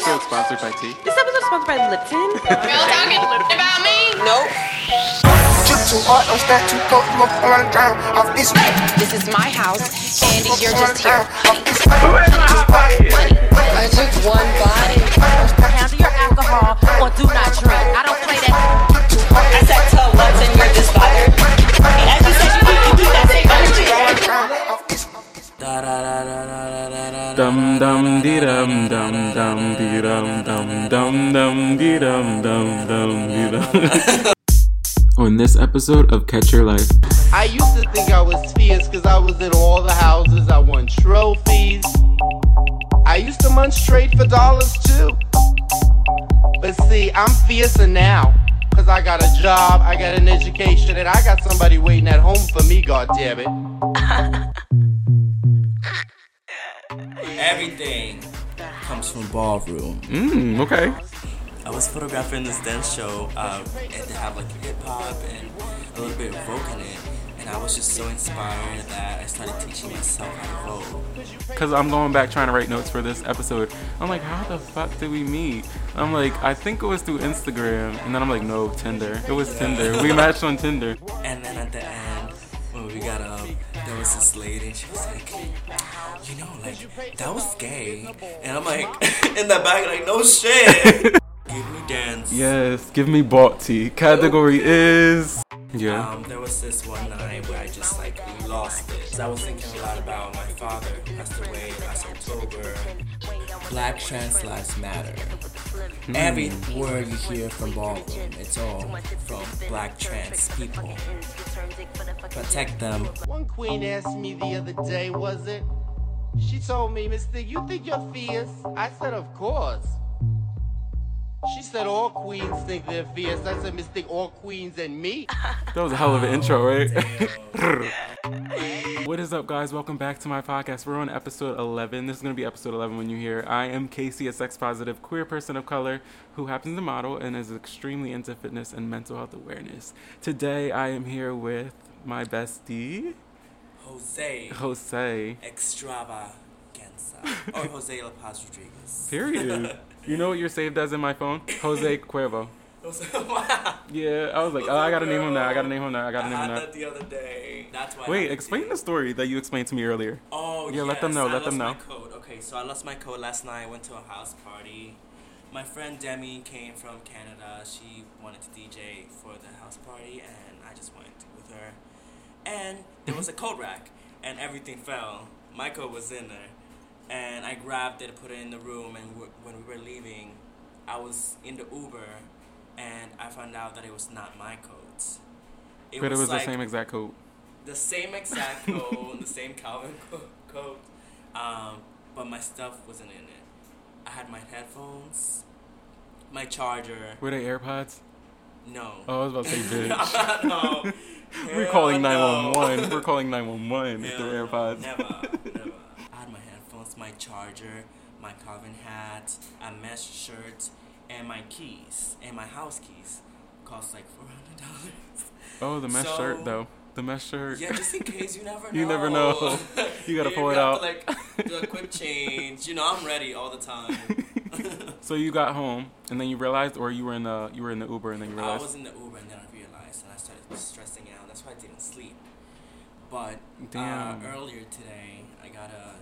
sponsored by tea? This episode is sponsored by Lipton. Y'all talking about me? nope. Too too hot, I'm stuck too close, I'm gonna drown off this. This is my house, and you're just here. I took one bite. Handle your alcohol or do not drink. I don't play that. I said to once and you're just bothered. And as you said, you need to keep that same energy. Dum dum dee dum dum dum dee dum dum dum dum dee dum dum dum dee dum. On this episode of Catch Your Life, I used to think I was fierce because I was in all the houses. I won trophies. I used to munch straight for dollars too. But see, I'm fiercer now because I got a job, I got an education, and I got somebody waiting at home for me, God damn it. Everything comes from ballroom. mm, okay, I was photographing this dance show, uh, and they have like hip hop and a little bit of vogue in it. And I was just so inspired that I started teaching myself how to vogue. because I'm going back trying to write notes for this episode. I'm like, how the fuck did we meet? I'm like, I think it was through Instagram, and then I'm like, no, Tinder. It was Tinder. We matched on Tinder. And then at the end, when we got up, there was this lady, and she was like, you know, like, that was gay. And I'm like, in the back, like, no shit. Give me dance. Yes, give me bought tea. Category is yeah. Um, there was this one night where I just like lost it. 'Cause I was thinking a lot about my father who passed away last October. Black trans lives matter. Every word you hear from ballroom, it's all from black trans people. Protect them. One queen asked me the other day, was it? She told me, Mister, you think you're fierce? I said, Of course. She said, All queens think they're fierce. I said, Mistake all queens and me. That was a hell of an intro, Oh, right? what is up, guys? Welcome back to my podcast. We're on episode 11. This is going to be episode 11 when you hear. I am Casey, a sex positive queer person of color who happens to model and is extremely into fitness and mental health awareness. Today, I am here with my bestie, Jose Jose. Extravaganza. Or Jose La Paz Rodriguez. Period. You know what you're saved as in my phone? Jose Cuervo. wow. Yeah, I was like, oh, I gotta name him that. I gotta name him that. I I gotta name him had that. that the other day. That's why. I had Wait, to explain do- the story that you explained to me earlier. Oh Yeah, let them yes, know, I let them lost know. My code. Okay, so I lost my code last night. I went to a house party. My friend Demi came from Canada. She wanted to DJ for the house party, and I just went with her. And there was a code rack, and everything fell. My code was in there, and I grabbed it, put it in the room, and w- when we were leaving, I was in the Uber, and I found out that it was not my codes. It But it was the like- same exact code. the same exact code, the same Calvin co- coat, um, but my stuff wasn't in it. I had my headphones, my charger. Were they AirPods? No. Oh, I was about to say, bitch. no. We're Hell calling no. 911. We're calling 911 if Hell they're no. AirPods. Never, never. I had my headphones, my charger, my Calvin hat, a mesh shirt, and my keys, and my house keys. Cost like four hundred dollars. Oh, the mesh So- shirt, though. The mesh shirt. Yeah, just in case you never know. You never know. You gotta pull it have out. To, like do a quick change. You know, I'm ready all the time. so you got home, and then you realized, or you were in the you were in the Uber, and then you I realized. was in the Uber and then I realized, and I started stressing out. That's why I didn't sleep. But uh, Damn. earlier today, I got a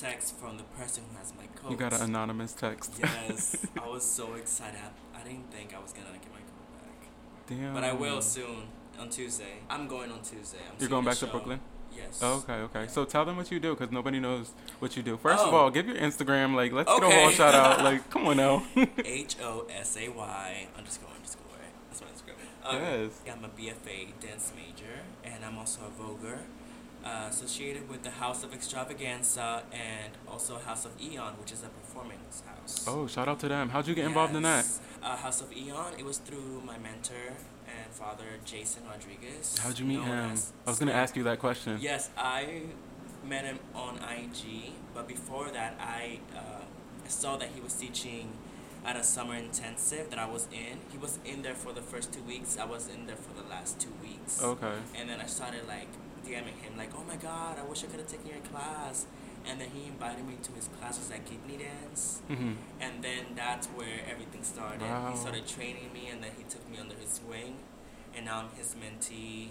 text from the person who has my coat. you got an anonymous text. Yes, I was so excited. I, I didn't think I was gonna get my coat back, Damn. but I will soon on Tuesday. I'm going on Tuesday. I'm Um. You're seeing going a back to show. Brooklyn? Oh, Yes. Okay, okay. So tell them what you do, because nobody knows what you do. First of Oh. all, give your Instagram. Like, let's get a Okay. whole shout out. Like, come on now. H O S A Y underscore underscore. That's my Instagram. Okay. Yes. Um, I'm a BFA dance major, and I'm also a voguer, uh, associated with the House of Extravaganza and also House of Eon, which is a performance house. oh, shout out to them. How'd you get involved in that? Yes. Uh, House of Eon. It was through my mentor and father, Jason Rodriguez. How'd you meet known him? as I was gonna Slick. ask you that question. Yes, I met him on IG, but before that, I uh, saw that he was teaching at a summer intensive that I was in. He was in there for the first two weeks. I was in there for the last two weeks. Okay. And then I started like DMing him, like, "Oh my God, I wish I could have taken your class." And then he invited me to his classes at Kidney Dance. Mhm. And then that's where everything started. Wow. He started training me, and then he took me under his wing, and now I'm his mentee.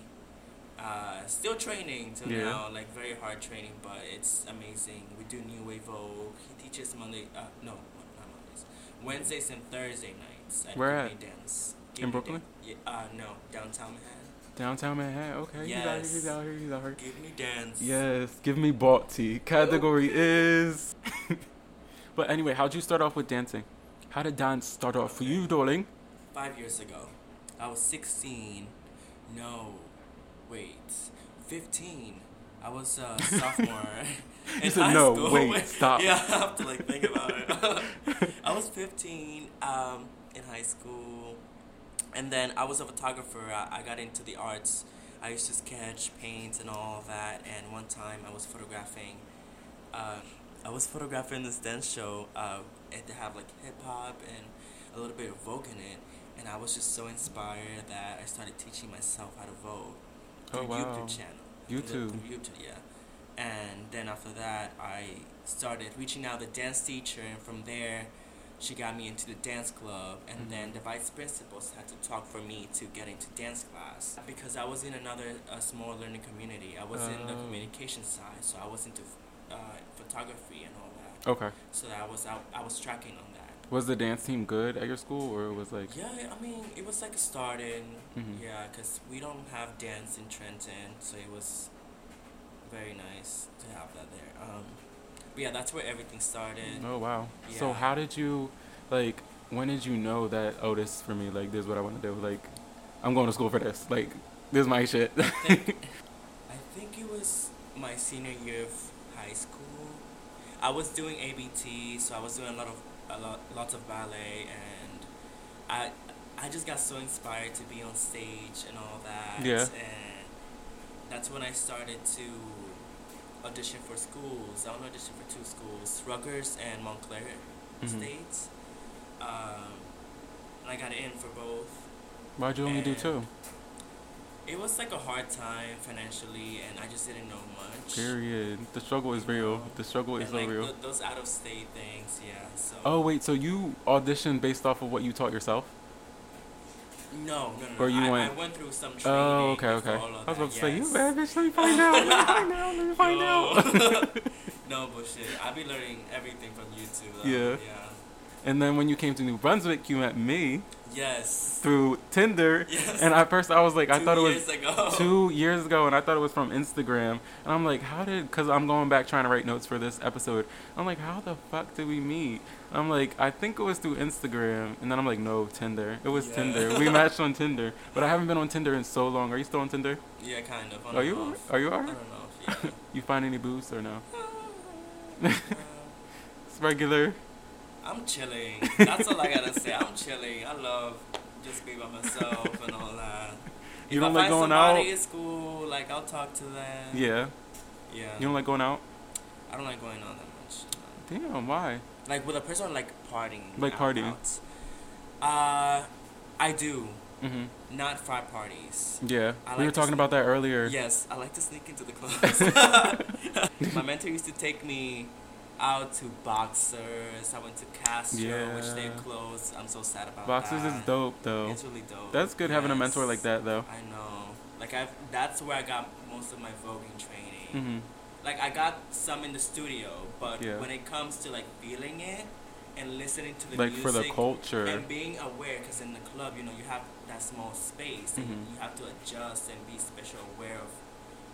Uh, still training till Yeah. now, like very hard training, but it's amazing. We do new wave Vogue. He teaches Monday, uh, no, not Mondays, Wednesdays and Thursday nights at Where Gimli Dance In Gimli Brooklyn? Dan- yeah, uh, no, downtown Manhattan. Downtown Manhattan. Okay, Yes. he's out here. He's out here. He's out here. Give me dance. Yes, give me bought tea. Category is. but anyway, how'd you start off with dancing? How did dance start off for you, darling? five years ago. I was 16. No, wait, 15. I was a sophomore. in said, high "No, school." wait, stop. yeah, I have to like think about it. I was 15 um, in high school, and then I was a photographer. I, I got into the arts. I used to sketch, paint, and all that. And one time, I was photographing uh, I was photographing this dance show, uh, and they have like hip hop and a little bit of Vogue in it, and I was just so inspired that I started teaching myself how to Vogue Oh, through wow. YouTube channel. Through the- YouTube. through YouTube, yeah. And then after that, I started reaching out to the dance teacher, and from there, she got me into the dance club, and then the vice principals had to talk for me to get into dance class because I was in another uh, small learning community. I was in the Oh. communication side, so I was into uh, photography and all that. Okay. So I was out, I was tracking on that. Was the dance team good at your school, or it was like? Yeah, I mean, it was like a start in, Mhm. yeah, because we don't have dance in Trenton, so it was very nice to have that there. Um, but yeah, that's where everything started. Oh wow. So Yeah. how did you, like, when did you know that? Oh, this is for me. Like, this is what I want to do. Like, I'm going to school for this. Like, this is my shit. I think it was my senior year of high school. I was doing ABT, so I was doing a lot of a lot lots of ballet, and I I just got so inspired to be on stage and all that. Yeah. And that's when I started to audition for schools. I only auditioned for two schools, Rutgers and Montclair Mhm. States. Um, and I got in for both. Why'd you only do And- two? It was like a hard time financially, and I just didn't know much. Period. The struggle is real. The struggle is And so like real. th- those out of state things, yeah. So Oh wait, so you auditioned based off of what you taught yourself? no, no, no. Or you I, went- I went through some training. Oh, okay, okay. before I all was of about that, to say, you yes. bad bitch, let me find out, let me find out, let me find out. No. no bullshit. I be learning everything from YouTube. though. Yeah. Yeah. And then when you came to New Brunswick, you met me Yes. through Tinder. Yes. And at first I was like, I Two thought it was years ago. two years ago, and I thought it was from Instagram. And I'm like, how did? Because I'm going back trying to write notes for this episode. I'm like, how the fuck did we meet? I'm like, I think it was through Instagram, and then I'm like, no, Tinder. It was Yeah. Tinder. We matched on Tinder, but I haven't been on Tinder in so long. Are you still on Tinder? Yeah, kind of. on Are and you? off. Are you I alright? don't know. If, yeah. You find any boosts or no? It's regular. I'm chilling. That's all I gotta say. I'm chilling. I love just being by myself and all that. You if don't I like find going somebody Uh-huh. out? in school, like I'll talk to them. Yeah. Yeah. You don't like going out? I don't like going out that much. Damn. Why? Like with a person, like partying. Like out, partying. Out. Uh, I do hmm not frat parties. Yeah. Mm-hmm. I we like were to talking about that earlier. Yes, I like to sneak into the clubs. My mentor used to take me out to boxers. I went to Castro, which they Yeah. closed. I'm so sad about Boxers that. is dope though. Uh, It's really dope. That's good having a mentor Yes. like that though. I know. Like I, that's where I got most of my voguing hmm training. Like I got some in the studio, but Yeah. when it comes to like feeling it and listening to the Like music for the culture. and being aware, because in the club, you know, you have that small space, and Mhm. you have to adjust and be special aware of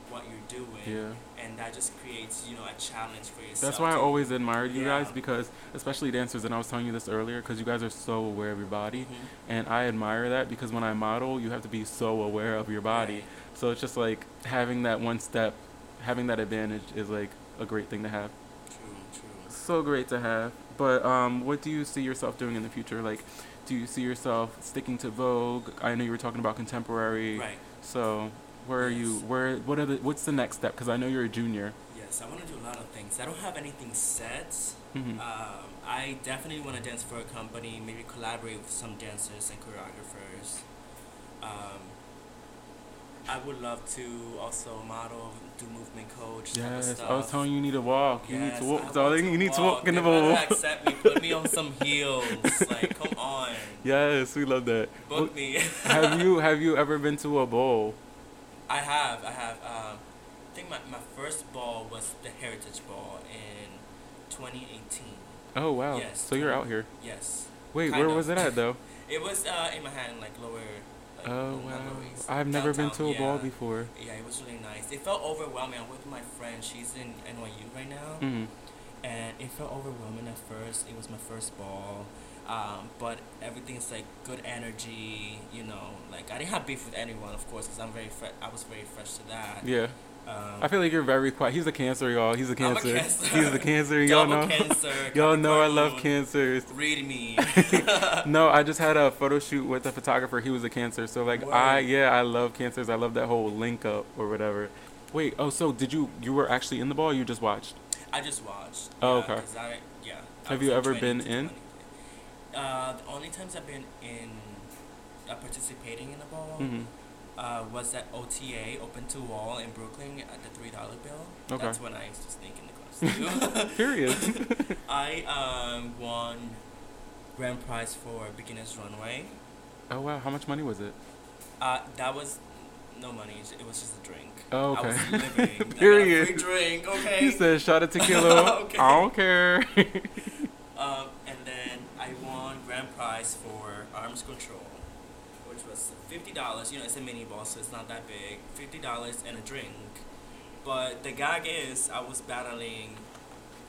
what you're doing. Yeah. And that just creates, you know, a challenge for yourself. That's why I to- always admired you Yeah. guys because, especially dancers, and I was telling you this earlier, because you guys are so aware of your body, Mm-hmm. and I admire that because when I model, you have to be so aware of your body. Right. So it's just like having that one step, having that advantage is like a great thing to have. True, true. So great to have. But um, what do you see yourself doing in the future? Like, do you see yourself sticking to Vogue? I know you were talking about contemporary. Right. So where are you? Yes. Where? What are the? What's the next step? Because I know you're a junior. Yes, I want to do a lot of things. I don't have anything set. Mhm. Um, I definitely want to dance for a company, maybe collaborate with some dancers and choreographers. Um, I would love to also model, do movement coach. type of Yes, stuff. I was telling you, you need to walk. You need Yes, to I walk, want darling. to You need to walk in the They better bowl. accept me. Put me on some heels. Like, come on. Yes, we love that. Book me. have you have you ever been to a bowl? I have. I have. Um, I think my, my first ball was the Heritage Ball in 2018. Oh wow! Yes. so you're out here. Yes. Wait, Kind where of. was it at though? It was uh, in Manhattan, like lower. Like, Oh not wow! Lower East, I've never been to a downtown, ball yeah. before. Yeah, it was really nice. It felt overwhelming. I'm with my friend. She's in NYU right now. Mhm. and it felt overwhelming at first. It was my first ball, um, but everything's like good energy. You know, like I didn't have beef with anyone, of course, because I'm very fre- I was very fresh to that. Yeah, I Um, feel like you're very quiet. He's a cancer, y'all. He's a I'm a cancer. Cancer. He's a cancer. Y'all know. Double Cancer, y'all know I love Capricorn. cancers. Read me. Uh, No, I just had a photo shoot with a photographer. He was a cancer. So like Word. I yeah, I love cancers. I love that whole link up or whatever. Wait, oh so did you you were actually in the ball or you just watched? I just watched. Oh, yeah, okay. 'cause I, yeah. I Have was you in ever 20 been to in? 20. Uh, the only times I've been in, uh, participating in a ball, Mhm. uh, was at OTA, Open to Wall in Brooklyn at the three dollar bill. Okay. That's when I used to sneak in the clubs too. Period. I um, won grand prize for beginners runway. oh wow, how much money was it? Uh, that was no money. It was just a drink. Oh, I was okay. living. I got a Period. free drink. Okay. He said shot of tequila. Okay. I don't care. Um, and then I won grand prize for arms control, which was fifty dollars. You know, it's a mini ball, so it's not that big. Fifty dollars and a drink. But the gag is, I was battling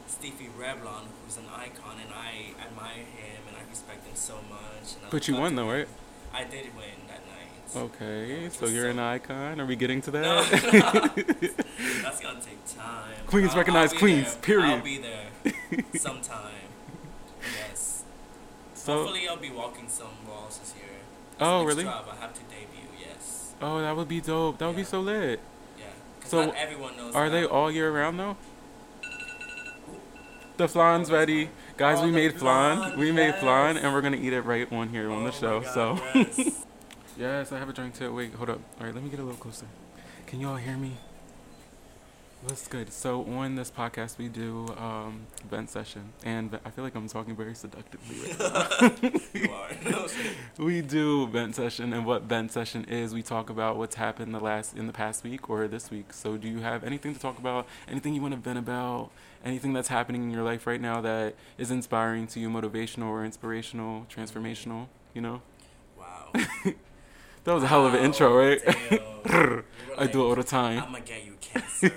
Stevie Revlon, who's an icon, and I admire him and I respect him so much. And I but you love won him. though, right? Oh. I did win that night. Okay, Which so was you're so- an icon. Are we getting to No, that? that's gonna take time. Queens I'll- recognize I'll be queens, there. I'll period. be there sometime. Yes. so Hopefully, I'll be walking some walls this year. Oh, It's the next really? Job. I have to debut. Yes. oh, that would be dope. That would be Yeah. so lit. Yeah. 'Cause So, not everyone knows. Are they about- all year round though? The flan's ready. Guys, Oh, we the made flan. flan, We made flan yes. and we're going to eat it right on here on the Oh my show. God, so, yes. yes, I have a drink too. Wait, hold up. All right, let me get a little closer. Can y'all hear me? That's good. So, on this podcast, we do um, vent session. And I feel like I'm talking very seductively right now. you are. No, shit. we do vent session and what vent session is we talk about what's happened the last in the past week or this week so do you have anything to talk about anything you want to vent about anything that's happening in your life right now that is inspiring to you motivational or inspirational transformational you know wow. that was a hell of an intro right Oh, Damn. i do it all the time I'm gonna get you cancer.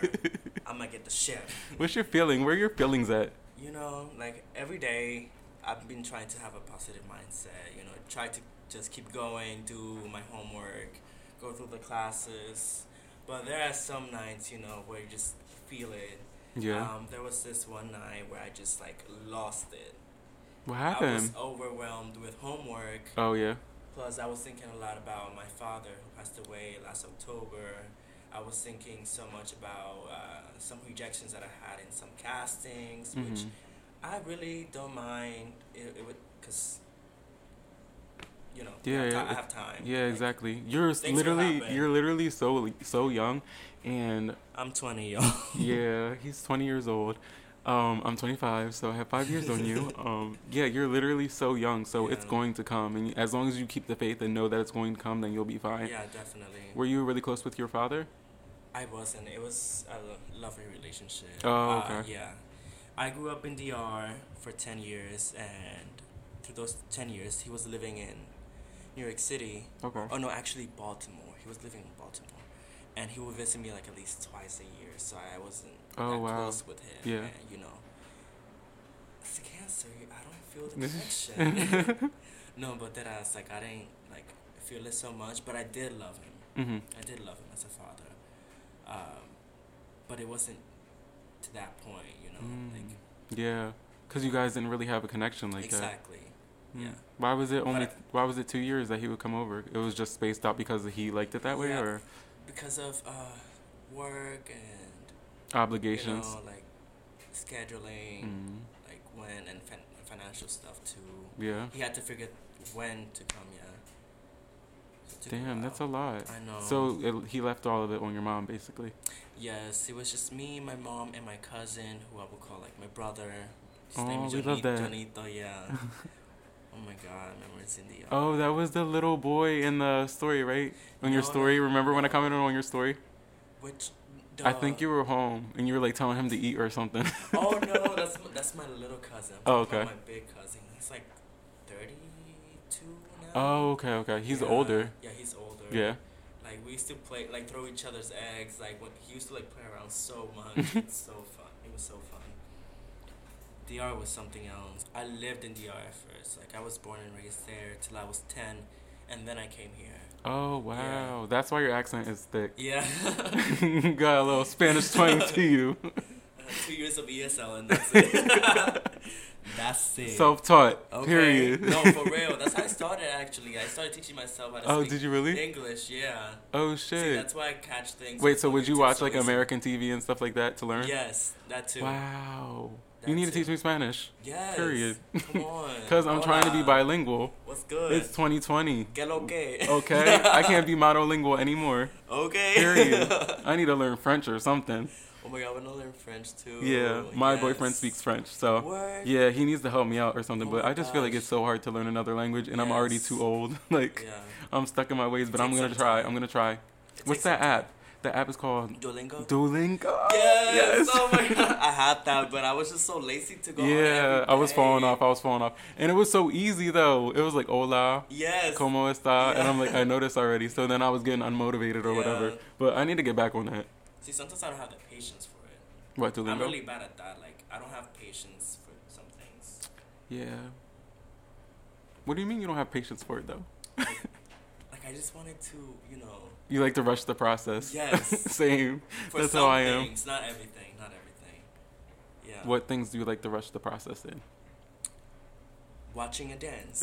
I'm gonna get the shit. what's your feeling where are your feelings at You know, like every day, I've been trying to have a positive mindset. You know, try to just keep going, do my homework, go through the classes. But there are some nights, you know, where you just feel it. Yeah. Um, there was this one night where I just like lost it. what I was happened overwhelmed with homework. oh yeah Plus, I was thinking a lot about my father who passed away last October. I was thinking so much about uh, some rejections that I had in some castings, which Mhm. I really don't mind. It, it would, cause you know, Yeah, I, have ti- yeah, I have time. yeah Like, exactly you're will literally happen. you're literally so so young and I'm 20, y'all. yeah, he's 20 years old. Um, I'm 25, so I have five years on you. Um, yeah, you're literally so young, so it's Yeah. going to come. And as long as you keep the faith and know that it's going to come, then you'll be fine. yeah, definitely. Were you really close with your father? I wasn't. It was a lo- lovely relationship. Oh, Uh, okay. yeah. I grew up in DR for 10 years, and through those 10 years, he was living in New York City. Okay. Oh, no, actually, Baltimore. He was living in Baltimore. And he would visit me like at least twice a year, so I wasn't Oh, that wow. close with him. Yeah. And, you know, it's cancer. I don't feel the connection. Mm-hmm. no, but then I was like, I didn't like feel it so much, but I did love him. Mm-hmm. I did love him as a father, um, but it wasn't to that point, you know. Like Yeah, because you guys didn't really have a connection like Mm, that. Mm. exactly, yeah. Why was it only? I- why was it two years that he would come over? It was just spaced out because he liked it that way, Yeah, or because of uh, work and you obligations? know, like scheduling, like when and fin- financial stuff too. Mm. yeah. He had to figure when to come, yeah. It took Damn, while. that's a lot. I know. So it, he left all of it on your mom, basically. Yes, it was just me, my mom, and my cousin, who I would call like my brother. His Aw, is Oh, we love Johnny- that. Johnito, yeah. oh my god, memories in the eye. Oh, that was the little boy in the story, right? On your No, no, story. no, Remember when I no. commented on your story? Which I think you were home and you were like telling him to eat or something. Uh, Oh no, that's that's my little cousin. Oh, Not okay. My big cousin. He's like thirty-two now. Oh, okay, okay. He's Yeah. older. Yeah, he's older. Yeah. Like we used to play, like throw each other's eggs. Like when, he used to like play around so much. it's so fun. It was so fun. DR was something else. I lived in DR at first. Like I was born and raised there till I was ten, and then I came here. Oh wow, that's why your accent is thick. Yeah, Uh, Got a little Spanish twang to you. two years of ESL and that's it. that's it. Self-taught. Okay. Period. no, for real. That's how I started. Actually, I started teaching myself how to. Oh, speak did you really? English, yeah. oh See, shit. that's why I catch things. Wait, so would you It's watch so like easy. American TV and stuff like that to learn? Yes, that too. Wow. you need to That's teach it. me Spanish. Yes. Period. Come on. Because I'm trying to be Hola. bilingual. What's good? It's 2020. Que lo que? Okay? I can't be monolingual anymore. okay. Period. I need to learn French or something. oh my god, we're not learn French too. Yeah, my Yes. boyfriend speaks French, so Word. yeah, he needs to help me out or something. Oh but my I just feel like gosh. it's so hard to learn another language, and I'm already Yes. too old. like Yeah. I'm stuck in my ways, but I'm takes gonna some try. time. I'm gonna try. What's takes that some app? The app is called Duolingo. Duolingo. yes. Oh my god, I had that, but I was just so lazy to go. on yeah, every I was falling day. off. I was falling off, and it was so easy though. It was like hola. Yes. Como esta? And I'm like, Yeah. I noticed already. So then I was getting unmotivated or whatever. Yeah. But I need to get back on that. See, sometimes I don't have the patience for it. What Duolingo? I'm really bad at that. Like, I don't have patience for some things. yeah. What do you mean you don't have patience for it though? Like, I just wanted to, you know, You like to rush the process. Yes. Same. for That's some how I am. things, not everything, not everything. Yeah. What things do you like to rush the process in? Watching a dance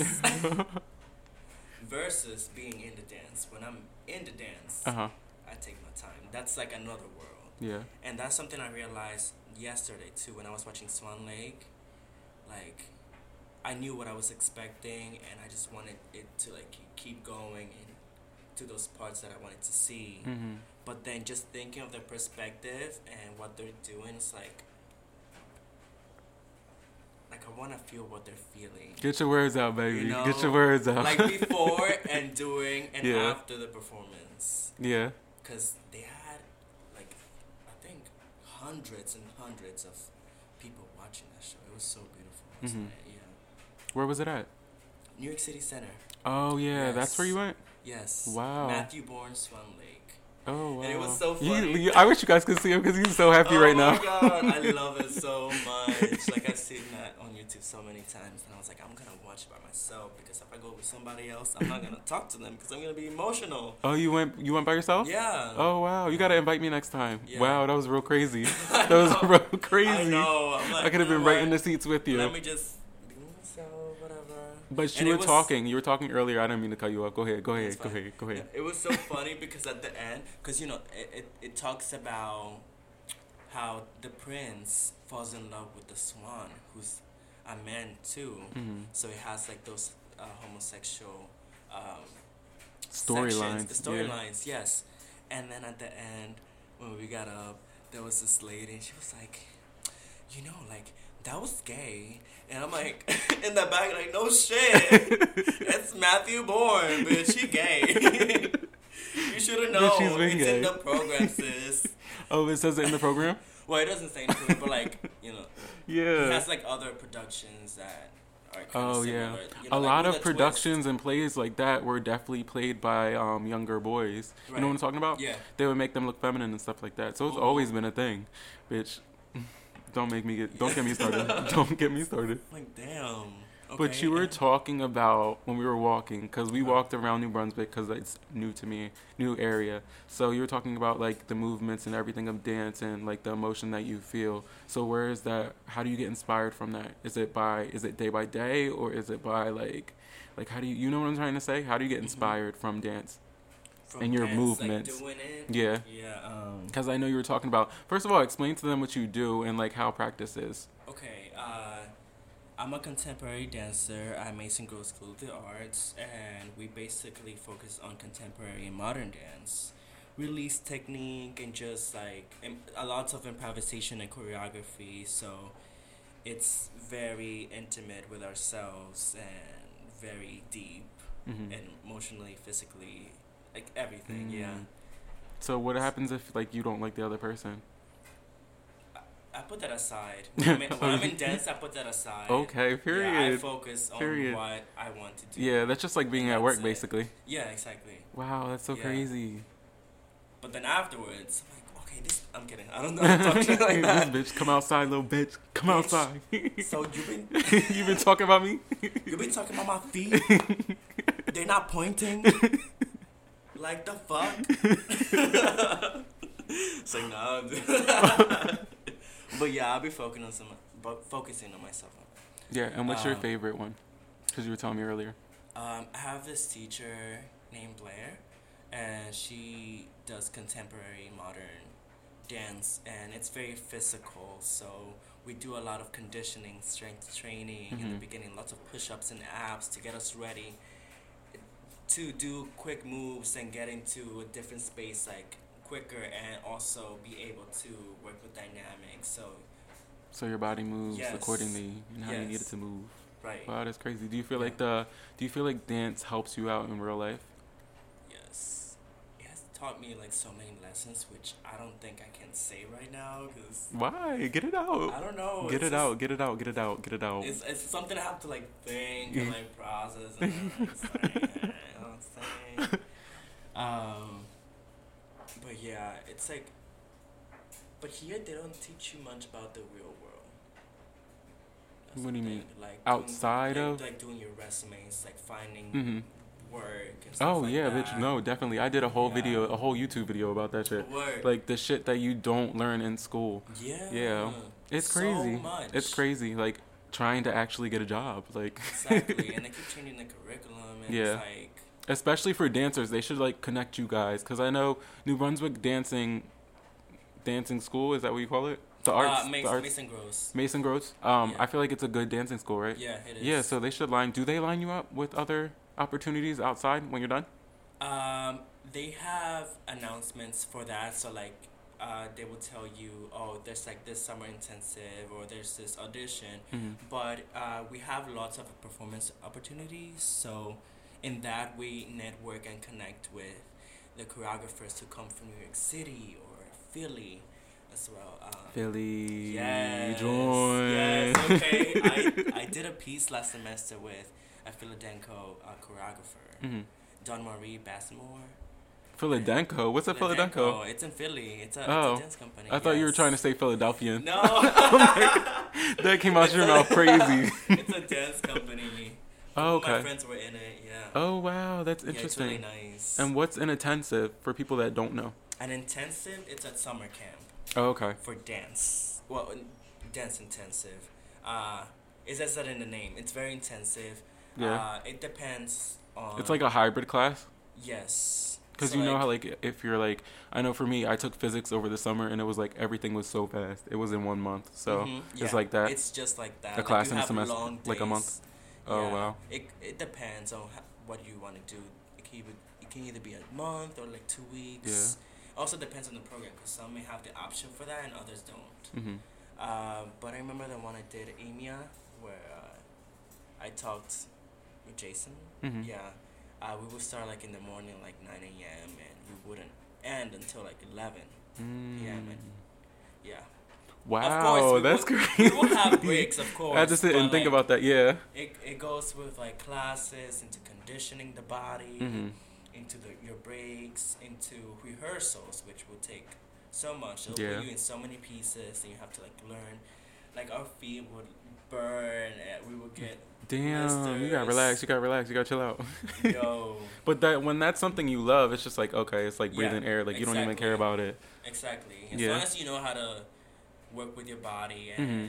versus being in the dance. When I'm in the dance, uh huh. I take my time. That's like another world. Yeah. And that's something I realized yesterday too when I was watching Swan Lake. Like, I knew what I was expecting, and I just wanted it to like ke- keep going and to those parts that I wanted to see. Mhm. But then just thinking of their perspective and what they're doing, it's like, like I want to feel what they're feeling. Get your words out, baby. You know, Get your words out. like before and during and Yeah. after the performance yeah. because they had like I think hundreds and hundreds of people watching that show. It was so beautiful. It was Mhm. like, yeah, Where was it at? New York City Center. Oh yeah, that's where you Yes. went. Yes. Wow. Matthew Bourne, Swan Lake. Oh wow. And it was so You- funny. you- I wish you guys could see him because he's so happy right now. Oh my god, I love it so much. Like I've seen that on YouTube so many times, and I was like, I'm gonna watch it by myself because if I go with somebody else, I'm not gonna talk to them because I'm gonna be emotional. Oh, you went. You went by yourself. Yeah. Oh wow, you gotta invite me next time. Yeah. Wow, that was real crazy. That was know. real crazy. I know. I'm like, I could have you been know right in what? the seats with you. Let me just be myself, whatever. But you And it were was- talking. You were talking earlier. I didn't mean to cut you off. Go ahead. Go ahead. It's Go fine. ahead. Go ahead. It was so funny because at the end, because you know, it, it, it talks about how the prince falls in love with the swan, who's a man too. Mm-hmm. So it has like those uh, homosexual um, sections, Storylines. The yeah. storylines, yes. And then at the end, when we got up, there was this lady, and she was like, you know, like, that was gay. And I'm like, in the back, like, no shit. That's Matthew Bourne, bitch. She gay. you should have known. Bitch, she's been it's gay. in the program, sis. Oh, it says it in the program. well, it doesn't say anything, but like, you know, Yeah. it has like other productions that are kind Oh of yeah, similar. You a know, like, lot with of a twist. productions and plays like that were definitely played by um, younger boys. You know what I'm Right. talking about? Yeah. they would make them look feminine and stuff like that. So it's always been a thing, bitch. Don't make me get. Don't get me started. don't get me started. Like, damn. But okay. Uh-huh. you were talking about when we were walking because we walked around New Brunswick because it's new to me, new area. So you were talking about like the movements and everything of dance and like the emotion that you feel. So where is that? How do you get inspired from that? Is it by is it day by day or is it by like like how do you you know what I'm trying to say? How do you Mm-hmm. get inspired from dance? From and your dance, movements. Like, doing it. Yeah, Yeah. Um, because I know you were talking about first of all explain to them what you do and like how practice is. okay. Uh, I'm a contemporary dancer at Mason Grove School of the Arts, and we basically focus on contemporary and modern dance, release technique, and just like im- a lot of improvisation and choreography. So it's very intimate with ourselves and very deep and emotionally, physically, like everything. Yeah. So what happens if like you don't like the other person? I put that aside. When I'm in, when I'm in dance, I put that aside. Okay, Yeah, I period. focus on Period. what I want to do. Yeah, that's just like being at work That's it. basically. Yeah, exactly. Wow, that's so Yeah. crazy. But then afterwards, I'm like, okay, this. I'm kidding. I don't know. I'm talking like that. This bitch, come outside, little bitch. Come Bitch. outside. So you've been you been talking about me? you've been talking about my feet. They're not pointing. like the fuck. it's like nah. dude. but yeah, I'll be focusing on some, but focusing on myself. yeah, and what's your Um, favorite one? Because you were telling me earlier. Um, I have this teacher named Blair, and she does contemporary modern dance, and it's very physical. So we do a lot of conditioning, strength training in the beginning, lots of push ups and abs to get us ready to do quick moves and get into a different space like quicker and also be able to work with dynamics. So, So your body moves Yes. accordingly and how you need it Yes. to move. right. Wow, that's crazy. Do you feel like Yeah. the do you feel like dance helps you out in real life? Yes. It has taught me like so many lessons, which I don't think I can say right now because Why? Get it out. I don't know. Get it's it just- out, get it out, get it out, get it out. It's, it's something I have to like think and like process. And, like, it's like, you know what I'm saying? Um, but yeah, it's like. But here they don't teach you much about the real world. That's What do you the mean? thing, Like Outside doing, of- like, like doing your resumes, like finding Mhm. work. And stuff Oh like yeah, that. bitch. No, definitely. I did a whole Yeah. video, a whole YouTube video about that shit. Word. Like the shit that you don't learn in school. Yeah. Yeah, it's so crazy. much. It's crazy. Like trying to actually get a job. Like Exactly, and they keep changing the curriculum, and Yeah. it's like. especially for dancers, they should like connect you guys because I know New Brunswick dancing, dancing school is that what you call it? The arts, uh, the Mason, arts. Mason Gross. Mason Groves. Um, Yeah. I feel like it's a good dancing school, right? Yeah, it is. Yeah. So they should line. Do they line you up with other opportunities outside when you're done? Um, they have announcements for that. So like, uh, they will tell you, oh, there's like this summer intensive or there's this audition. Mm-hmm. But uh, we have lots of performance opportunities. So in that we network and connect with the choreographers who come from New York City or Philly as well. Um, Philly. Yes. Join. Yes. Okay. I, I did a piece last semester with a Philadelphia uh, choreographer, Mm-hmm. Don Marie Bassmore. Oh, Philadelphia. What's a Philadelphia? It's in Philly. It's a, it's a Oh, dance company. I thought you were yes. trying to say Oh Philadelphian. No, That came out your mouth crazy. it's a dance company. Oh, My okay. friends were in it. Yeah. Oh wow, that's Yeah, it's really interesting. nice. And what's an intensive for people that don't know? An intensive. It's at summer camp. Oh, okay. for dance. Well, in- dance intensive. Uh, it says that in the name. It's very intensive. Yeah. Uh, it depends on. It's like a hybrid class yes. because So, you know how like if you're like I know for me I took physics over the summer and it was like everything was so fast. It was in one month, so Mhm, yeah, it's like that. It's just like that. A Like, class you in a have semester, long like a month? days. Oh, Yeah. wow. It it depends on ho- what you want to do. It can either it can either be a month or like two weeks. Also depends on the program because some may have the option for that and others don't. Mhm. Uh, but I remember the one I did at EMEA where uh, I talked with Jason. Mhm. Yeah, uh, we would start like in the morning, like nine a.m. and we wouldn't end until like eleven Mm-hmm. p.m. Mm. And, yeah. wow, we that's will- crazy. We will have breaks, of course. I had to sit but, and think like, about that. Yeah. it, it goes with like classes into conditioning the body Mhm. into the, your breaks into rehearsals which will take so much it'll Yeah. put you in so many pieces and you have to like learn like our feet would burn and we would get Damn, you gotta relax. You gotta relax. You gotta chill out. yo But that when that's something you love, it's just like okay, it's like Yeah, breathing air. Like you don't even exactly. care about it. exactly as Yeah. long as you know how to work with your body and Mm-hmm.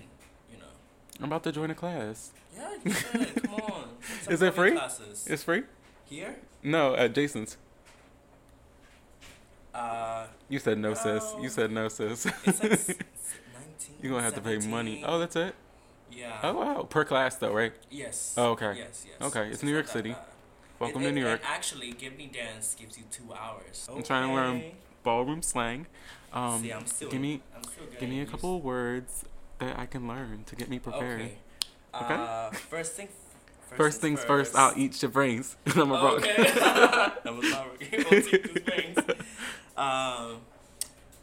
you know I'm about to join a class. yeah you should come on Some Is it private free? classes It's free? here No, at Jason's. uh You said no, sis. No. You said no, sis. it's like s- s- 19 You're gonna have to pay money. 17. Oh, that's it. Yeah. Oh wow, per class though, right? Yes. Oh, okay. Yes, yes. Okay, it's New not York that City. bad. Welcome It- to New it- York. And actually, Gimme Dance gives you two hours. I'm trying to learn Okay. ballroom slang. Um, See, I'm still, give me, I'm still give me a getting couple words that I can learn to get me used- prepared. Okay. Okay? Uh, first thing. First things first, I'll eat your brains. I'm a rock. Okay. that was not working. We'll take these things. Um,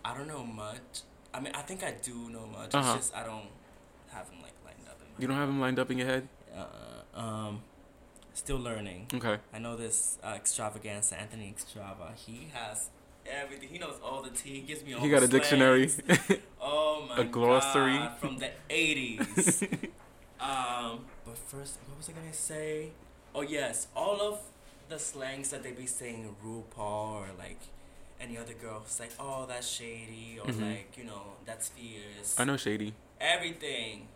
I don't know much. I mean, I think I do know much. Uh-huh. It's just I don't have them like lined up in You don't have them lined up in your head? my. Uh, um, still learning. Okay. I know this uh, extravaganza, Anthony Extrava. He has everything. He knows all the tea. He gives me all. He got the a dictionary. slangs. Oh my A glossary. God, from the eighties. um, but first, what was I gonna say? Oh yes, all of the slangs that they be saying RuPaul or like any other girl, it's like oh that's shady or like you know that's fierce. Mm-hmm. I know shady. Everything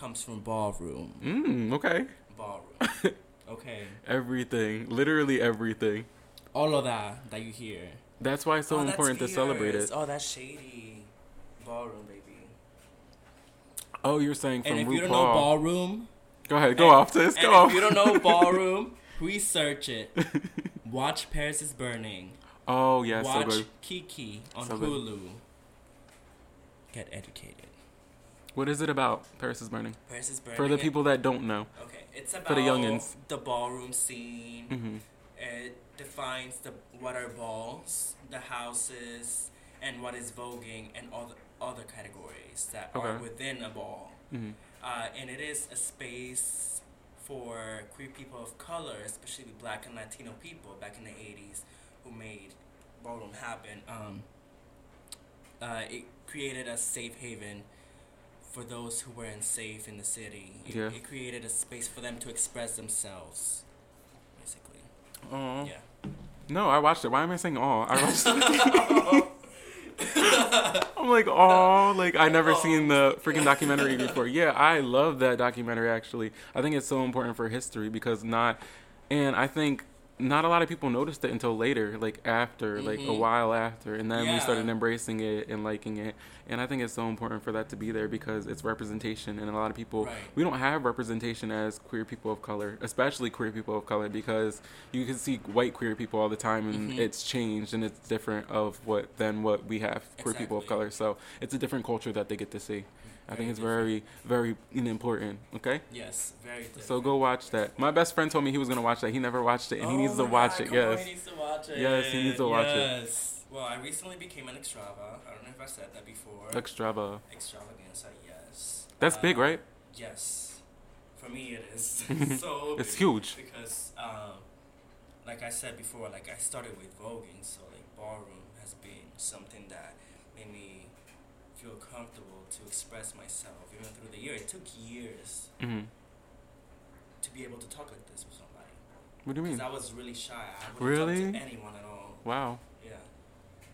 comes from ballroom. Mm, okay. Ballroom. okay. Everything, literally everything. All of that that you hear. That's why it's so Oh, that's important to celebrate fierce. it. Oh that's shady. Ballroom baby. Oh, you're saying from And if RuPaul. you don't know ballroom. go ahead, go And- off, sis. and Go off. If you don't know ballroom, research it. Watch Paris is Burning. oh yeah, so Watch good. Kiki on So good. Hulu. Get educated. What is it about? Paris is burning. Paris is Burning. For the it- people that don't know, Okay, it's about for the youngins. Mm-hmm. the ballroom scene. It defines the what are balls, the houses, and what is voguing, and all the other categories that are Okay. Mm-hmm. within a ball. Uh, and it is a space for queer people of color, especially Black and Latino people back in the '80s, who made ballroom happen. Um, uh, it created a safe haven for those who were unsafe in the city. It, Yeah. it created a space for them to express themselves, basically. oh Yeah. no, I watched it. Why am I saying oh? I watched. It. I'm like oh, like I never seen the freaking documentary before. Yeah, I love that documentary. Actually, I think it's so important for history because not, and I think not a lot of people noticed it until later, like after, like a while after, and then we Yeah. started embracing it and liking it. And I think it's so important for that to be there because it's representation, and a lot of people Right. we don't have representation as queer people of color, especially queer people of color, because you can see white queer people all the time, and Mm-hmm. it's changed and it's different of what than what we have queer people of Exactly. color. So it's a different culture that they get to see. I think Very it's very, very important. Okay. Yes. Very. Different. So go watch that. My best friend told me he was gonna watch that. He never watched it, and he Oh needs to my watch God, it. come on, Yes. he needs to watch it. Yes, he needs to watch it. Yes. Well, I recently became an extrava. I don't know if I said that before. Extrava. Extravaganza. Yes. That's big, Uh, right? Yes. For me, it is so. It's big huge. Because, um, like I said before, like I started with voguing, so like ballroom has been something that made me feel comfortable to express myself even through the year. It took years Mhm. to be able to talk like this with somebody. What do you Because mean? I was really shy. I wouldn't Hmm. Really? talk to anyone at all. Wow. Yeah.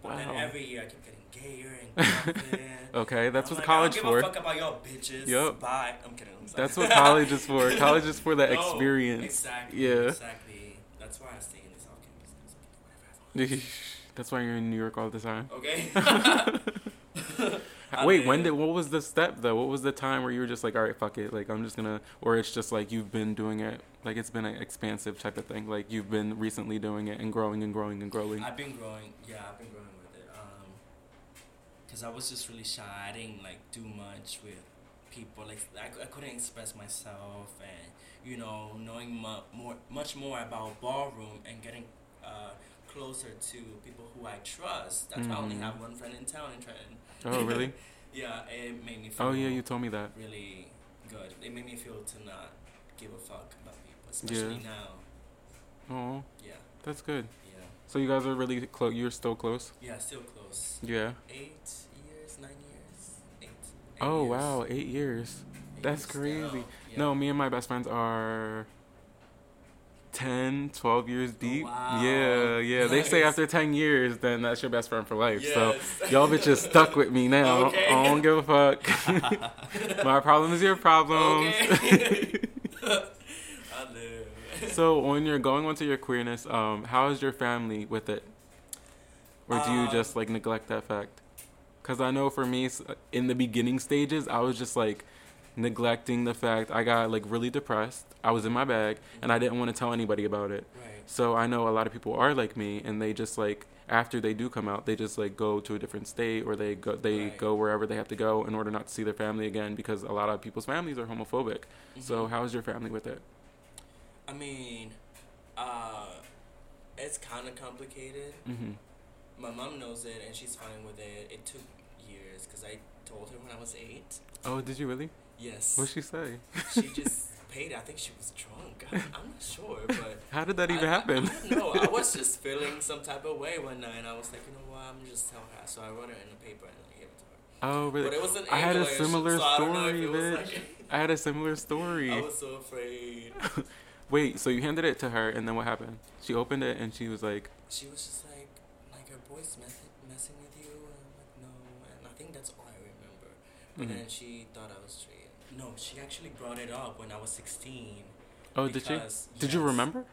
But then Wow. every year I kept getting gayer and confident. Okay, that's I'm what like, college I don't give for. a fuck about y'all bitches. Yup. Bye. I'm kidding. I'm sorry. That's what college is for. College is for that No, experience. Exactly. Yeah. Exactly. That's why I'm staying in this off campus. It's like, That's why you're in New York all the time. whatever I want. Okay. I Wait, when did live- what was the step though? What was the time where you were just like, all right, fuck it, like I'm just gonna, or it's just like you've been doing it, like it's been an expansive type of thing, like you've been recently doing it and growing and growing and growing. I've been growing. Yeah, I've been growing with it. Um, cause I was just really shy. I didn't like do much with people. Like I, cou- I couldn't express myself, and you know, knowing mu- more, much more about ballroom and getting uh, closer to people who I trust. That's why I only have one friend in town in Trenton. Mm-hmm. Oh, really? yeah, it made me. Feel oh yeah, you told me that. really good. It made me feel to not give a fuck about people, especially Yeah. now. Oh, Yeah, that's good. yeah, So you guys are really close. You're still close. yeah. Still close. Yeah. Eight years, nine years, eight. eight Oh years. wow, eight years. Eight That's years crazy. down. Yeah. No, me and my best friends are 10, 12 years deep. Oh, wow. Yeah, yeah. They say Nice. after 10 years, then that's your best friend for life. So Yes. y'all bitches stuck with me now. Okay. I don't give a fuck. my problem is your problems. Okay. I live. so when you're going onto your queerness, um, how is your family with it? Or do you Um, just like neglect that fact? Because I know for me, s- in the beginning stages, I was just like, neglecting the fact I got like really depressed. I was in my bag and I didn't want to tell anybody about it. Right. So I know a lot of people are like me and they just like after they do come out, they just like go to a different state or they go they Right. go wherever they have to go in order not to see their family again because a lot of people's families are homophobic. So Mm-hmm. how is your family with it? I mean, uh, it's kind of complicated. Mm-hmm. My mom knows it and she's fine with it. It took years because I told her when I was eight. Oh, did you really? Yes. What'd she say? she just paid. I think she was drunk. I, I'm not sure, but How did that I- even I- happen? I, don't know. I was just feeling some type of way one night, and I was like, you know what? I'm gonna just tell her. So I wrote it in a paper and I gave it to her. Oh, really? But it was in I had a English, similar so I don't know if story, it was bitch. like- I had a similar story. I was so afraid. Wait, so you handed it to her, and then what happened? She opened it, and she was like, She was just like, like her voice mess- messing with you, and I'm like, no. And I think that's all I remember. But Mm-hmm. then she thought I was straight. No, she actually brought it up when I was 16. "Oh, did she? Because- Did you yes. remember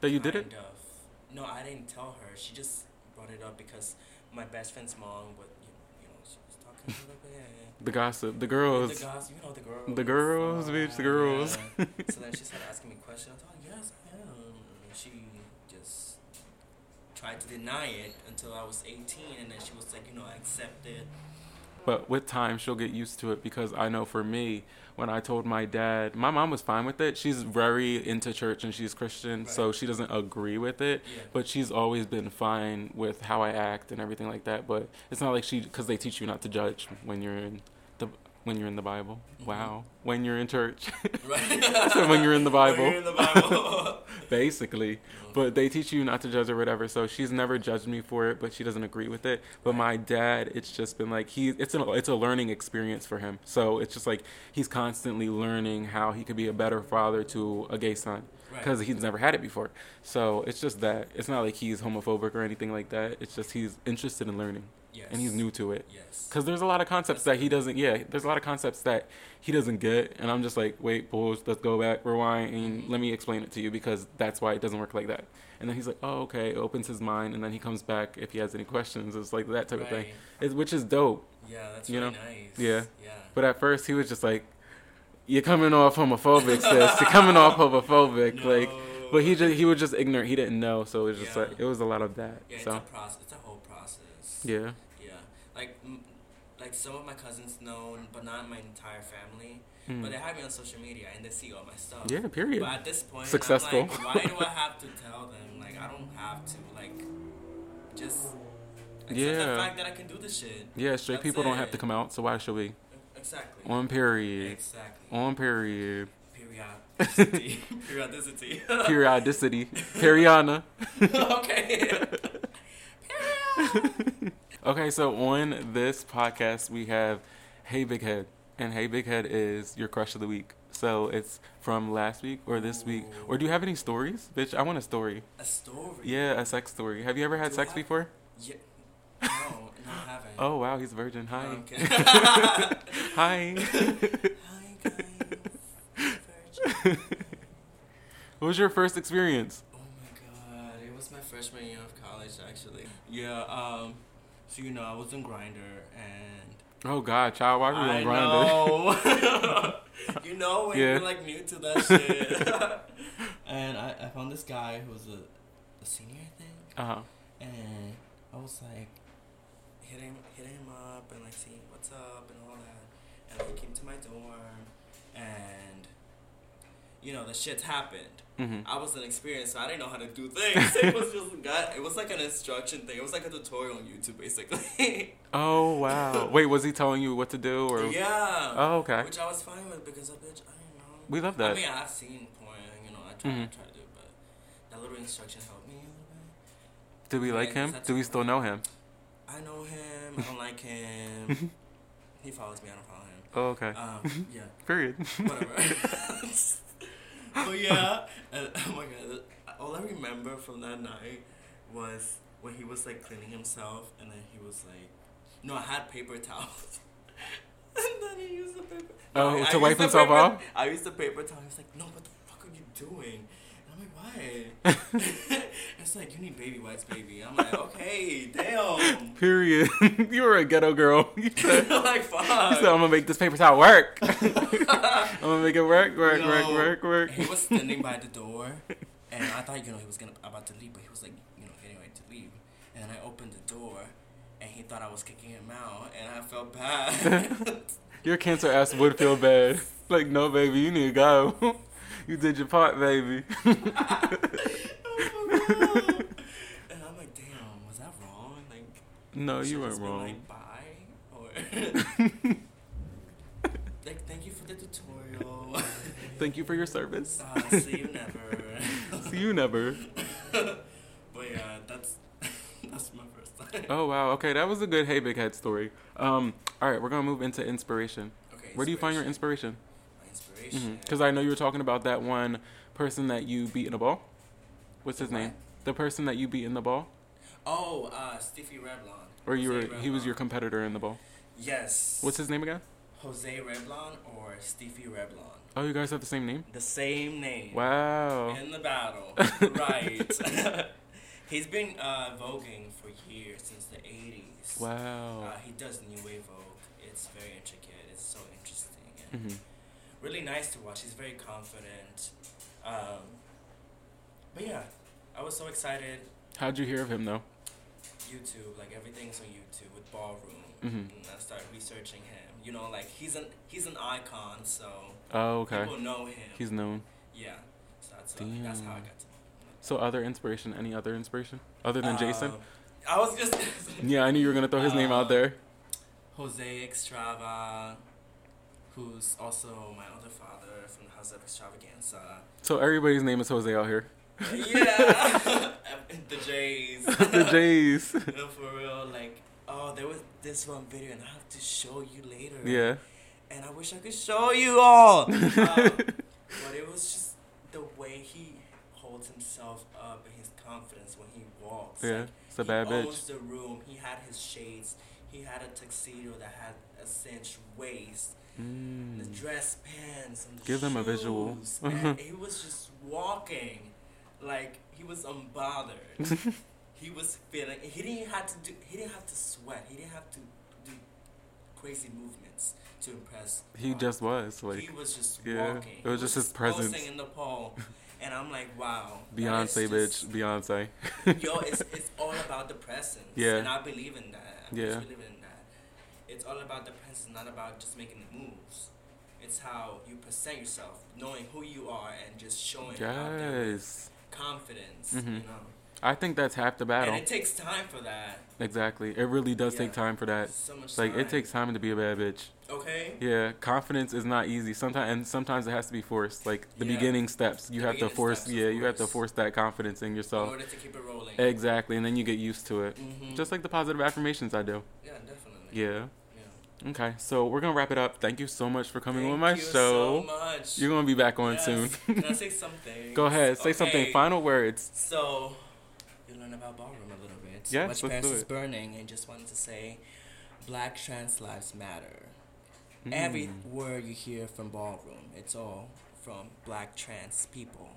that you did it?" Kind of. No, I didn't tell her. She just brought it up because my best friend's mom, would, you, you know, she was talking a little bit. and- The gossip, the girls. The girls, you know the girls. The girls, bitch, the girls. Yeah. so then she started asking me questions. I thought, yes, I am. And she just tried to deny it until I was 18, and then she was like, you know, I accept it. But with time, she'll get used to it because I know for me, when I told my dad, my mom was fine with it. She's very into church and she's Christian, so Right. she doesn't agree with it. Yeah. But she's always been fine with how I act and everything like that. But it's not like she, because they teach you not to judge when you're in the when you're in the Bible. Wow, when you're in church, Mm-hmm. Right? So when you're in the Bible. When you're in the Bible. basically. But they teach you not to judge or whatever. So she's never judged me for it, but she doesn't agree with it. But my dad, it's just been like he it's an it's a learning experience for him. So it's just like he's constantly learning how he could be a better father to a gay son Right. because he's never had it before. So it's just that it's not like he's homophobic or anything like that. It's just he's interested in learning. And he's Yes. new to it. Yes. Because there's a lot of concepts that he doesn't, yeah, there's a lot of concepts that he doesn't get. And I'm just like, wait, bulls, let's go back, rewind, and let me explain it to you because that's why it doesn't work like that. And then he's like, oh, okay, opens his mind. And then he comes back if he has any questions. It's like that type of thing, Right. It's which is dope, yeah, that's you really know? nice. Yeah. Yeah. But at first, he was just like, you're coming off homophobic, sis. You're coming off homophobic. Like, but he just, he was just ignorant. He didn't know. So it was just Yeah. like, it was a lot of that. yeah, it's a so, process. It's a whole process. yeah. Yeah, like m- like some of my cousins know, but not my entire family. But they have me on social media and they see all my stuff. Hmm. Yeah, period. But at this point, Successful. I'm like, why do I have to tell them? Like, I don't have to. Like, just accept Yeah. the fact that I can do this shit. Yeah, straight That's people don't it. have to come out. So why should we? Exactly. On period. exactly. On period. Periodicity. Periodicity. Periodicity. Periana. okay. Okay, so on this podcast, we have Hey Big Head. And Hey Big Head is your crush of the week. So it's from last week or this week. Or do you have any stories? Bitch, I want a story. A story. Yeah, a sex story. Have you ever had Do sex I? before? Yeah. No, no, I haven't. Oh, wow, he's a virgin. Hi. I'm kidding. Hi, Hi. guys. Virgin. what was your first experience? Oh my god, it was my freshman year of college actually. Yeah, um, so you know, I was in Grinder and Oh, God, child, why were you I on Grindr? know. you know when Yeah. you're like new to that shit. and I, I found this guy who was a, a senior, I think. Uh-huh. And I was like, hitting him, hitting him up and like seeing what's up and all that. And he came to my dorm, and you know the shit's happened. Mm-hmm. I was inexperienced, so I didn't know how to do things. it was just got. It was like an instruction thing. It was like a tutorial on YouTube, basically. Oh, wow. Wait, was he telling you what to do? or? yeah. Oh, okay. Which I was fine with because a bitch, I don't know. We love I that. mean, I've seen porn. You know, I try, I Mhm. try to do, it, but that little instruction helped me a little bit. Do we Yeah, like him? that's- Do we still know him? I know him. I don't like him. he follows me. I don't follow him. Oh, okay. Um, yeah, Period. whatever. but yeah, and, oh my god. All I remember from that night was when he was like cleaning himself, and then he was like, "No, I had paper towels." And then he used the paper. Oh, I- I to used wipe the himself paper- off? I used the paper towel. He was like, "No, what the fuck are you doing?" And I'm like, "Why?" It's like, you need baby wipes, baby. I'm like, okay, damn. Period. you were a ghetto girl. You said, I'm like, fuck. so I'm gonna make this paper towel work. I'm gonna make it work, work, work, No. work, work. He was standing by the door, and I thought you know he was gonna about to leave, but he was like you know getting ready to leave. And then I opened the door, and he thought I was kicking him out, and I felt bad. Your cancer ass would feel bad. Like, no, baby, you need to go. you did your part, baby. Oh and I'm like, damn, was that wrong? Like, no, Oh, should you I weren't just be wrong. Like, bye, or like, thank you for the tutorial. Thank you for your service. uh, see you never. See you never. but yeah, that's that's my first time. Oh wow. Okay, that was a good hey big head story. Um, all right, we're gonna move into inspiration. Okay, Where do you find your inspiration? My inspiration. Because I know you were talking about that one person that you beat in the ball. What's his name? The person that you beat in the ball, Oh, uh, Stevie Revlon. or you Jose were he was Revlon. your competitor in the ball. Yes. What's his name again? Jose Revlon or Stevie Revlon? Oh, you guys have the same name. The same name. Wow. In the battle, right? He's been uh, voguing for years since the '80s. Uh, Wow. he does new wave vogue. It's very intricate. It's so interesting and Mm-hmm. really nice to watch. He's very confident. Um, but yeah, I was so excited. How'd you hear of him though? YouTube, like everything's on YouTube with ballroom. Mm-hmm. And I started researching him. You know, like he's an he's an icon, so Oh, okay. people know him. He's known. yeah. So that's, uh, that's how I got to. So other inspiration? Any other inspiration other than Jason? Um, I was just Yeah, I knew you were gonna throw his name out there. Jose Extrava, who's also my other father from the House of Extravaganza. So everybody's name is Jose out here. Yeah, the J's. The J's. No, for real, like oh, there was this one video, and I have to show you later. yeah. and I wish I could show you all. Um, but it was just the way he holds himself up and his confidence when he walks. Yeah, Like, it's a he bad bitch. owns the room. He had his shades. He had a tuxedo that had a cinched waist. The dress pants and the Mm. Give them a visual. shoes, and he was just walking, like he was unbothered. he was feeling. He didn't have to do. He didn't have to sweat. He didn't have to do crazy movements to impress. He uh, just was like. he was just yeah, walking. it was He just his presence. posing in the pole, and I'm like, wow. that Beyonce, is just- bitch. Beyonce. Yo, it's it's all about the presence. Yeah. And I believe in that. I Yeah. just believe in that. It's all about the presence, not about just making the moves. It's how you present yourself, knowing who you are, and just showing it out there with yes. Mm-hmm. confidence. You know, I think that's half the and battle. it takes time for that. exactly. It really does take Yeah. time for that. So much like time. it takes time to be a bad bitch. Okay. Yeah, confidence is not easy. Sometimes and sometimes it has to be forced. Like the Yeah. beginning steps, you The have to beginning force. steps, of yeah, you have to course. force that confidence in In yourself. order to keep it rolling. Exactly, and then you get used to it. Mhm. Just like the positive affirmations I do. yeah, definitely. Yeah. Yeah. Okay, so we're gonna wrap it up. Thank you so much for coming Thank on my you show. so much. You're gonna be back on Yes. soon. Can I say something? Go ahead, say something. Okay. Final words. So, you learn about ballroom a little bit. Yes, Watch let's Paris do is it. burning, and just wanted to say, Black trans lives matter. Mm. Every word you hear from ballroom, it's all from Black trans people.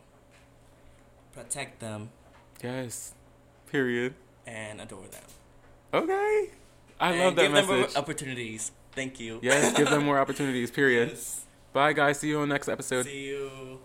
Protect them Yes. Period. and adore them. Okay. I love And that give them message. opportunities. Thank you. yes, give them more opportunities. Period. Yes. Bye, guys. See you on next episode. See you.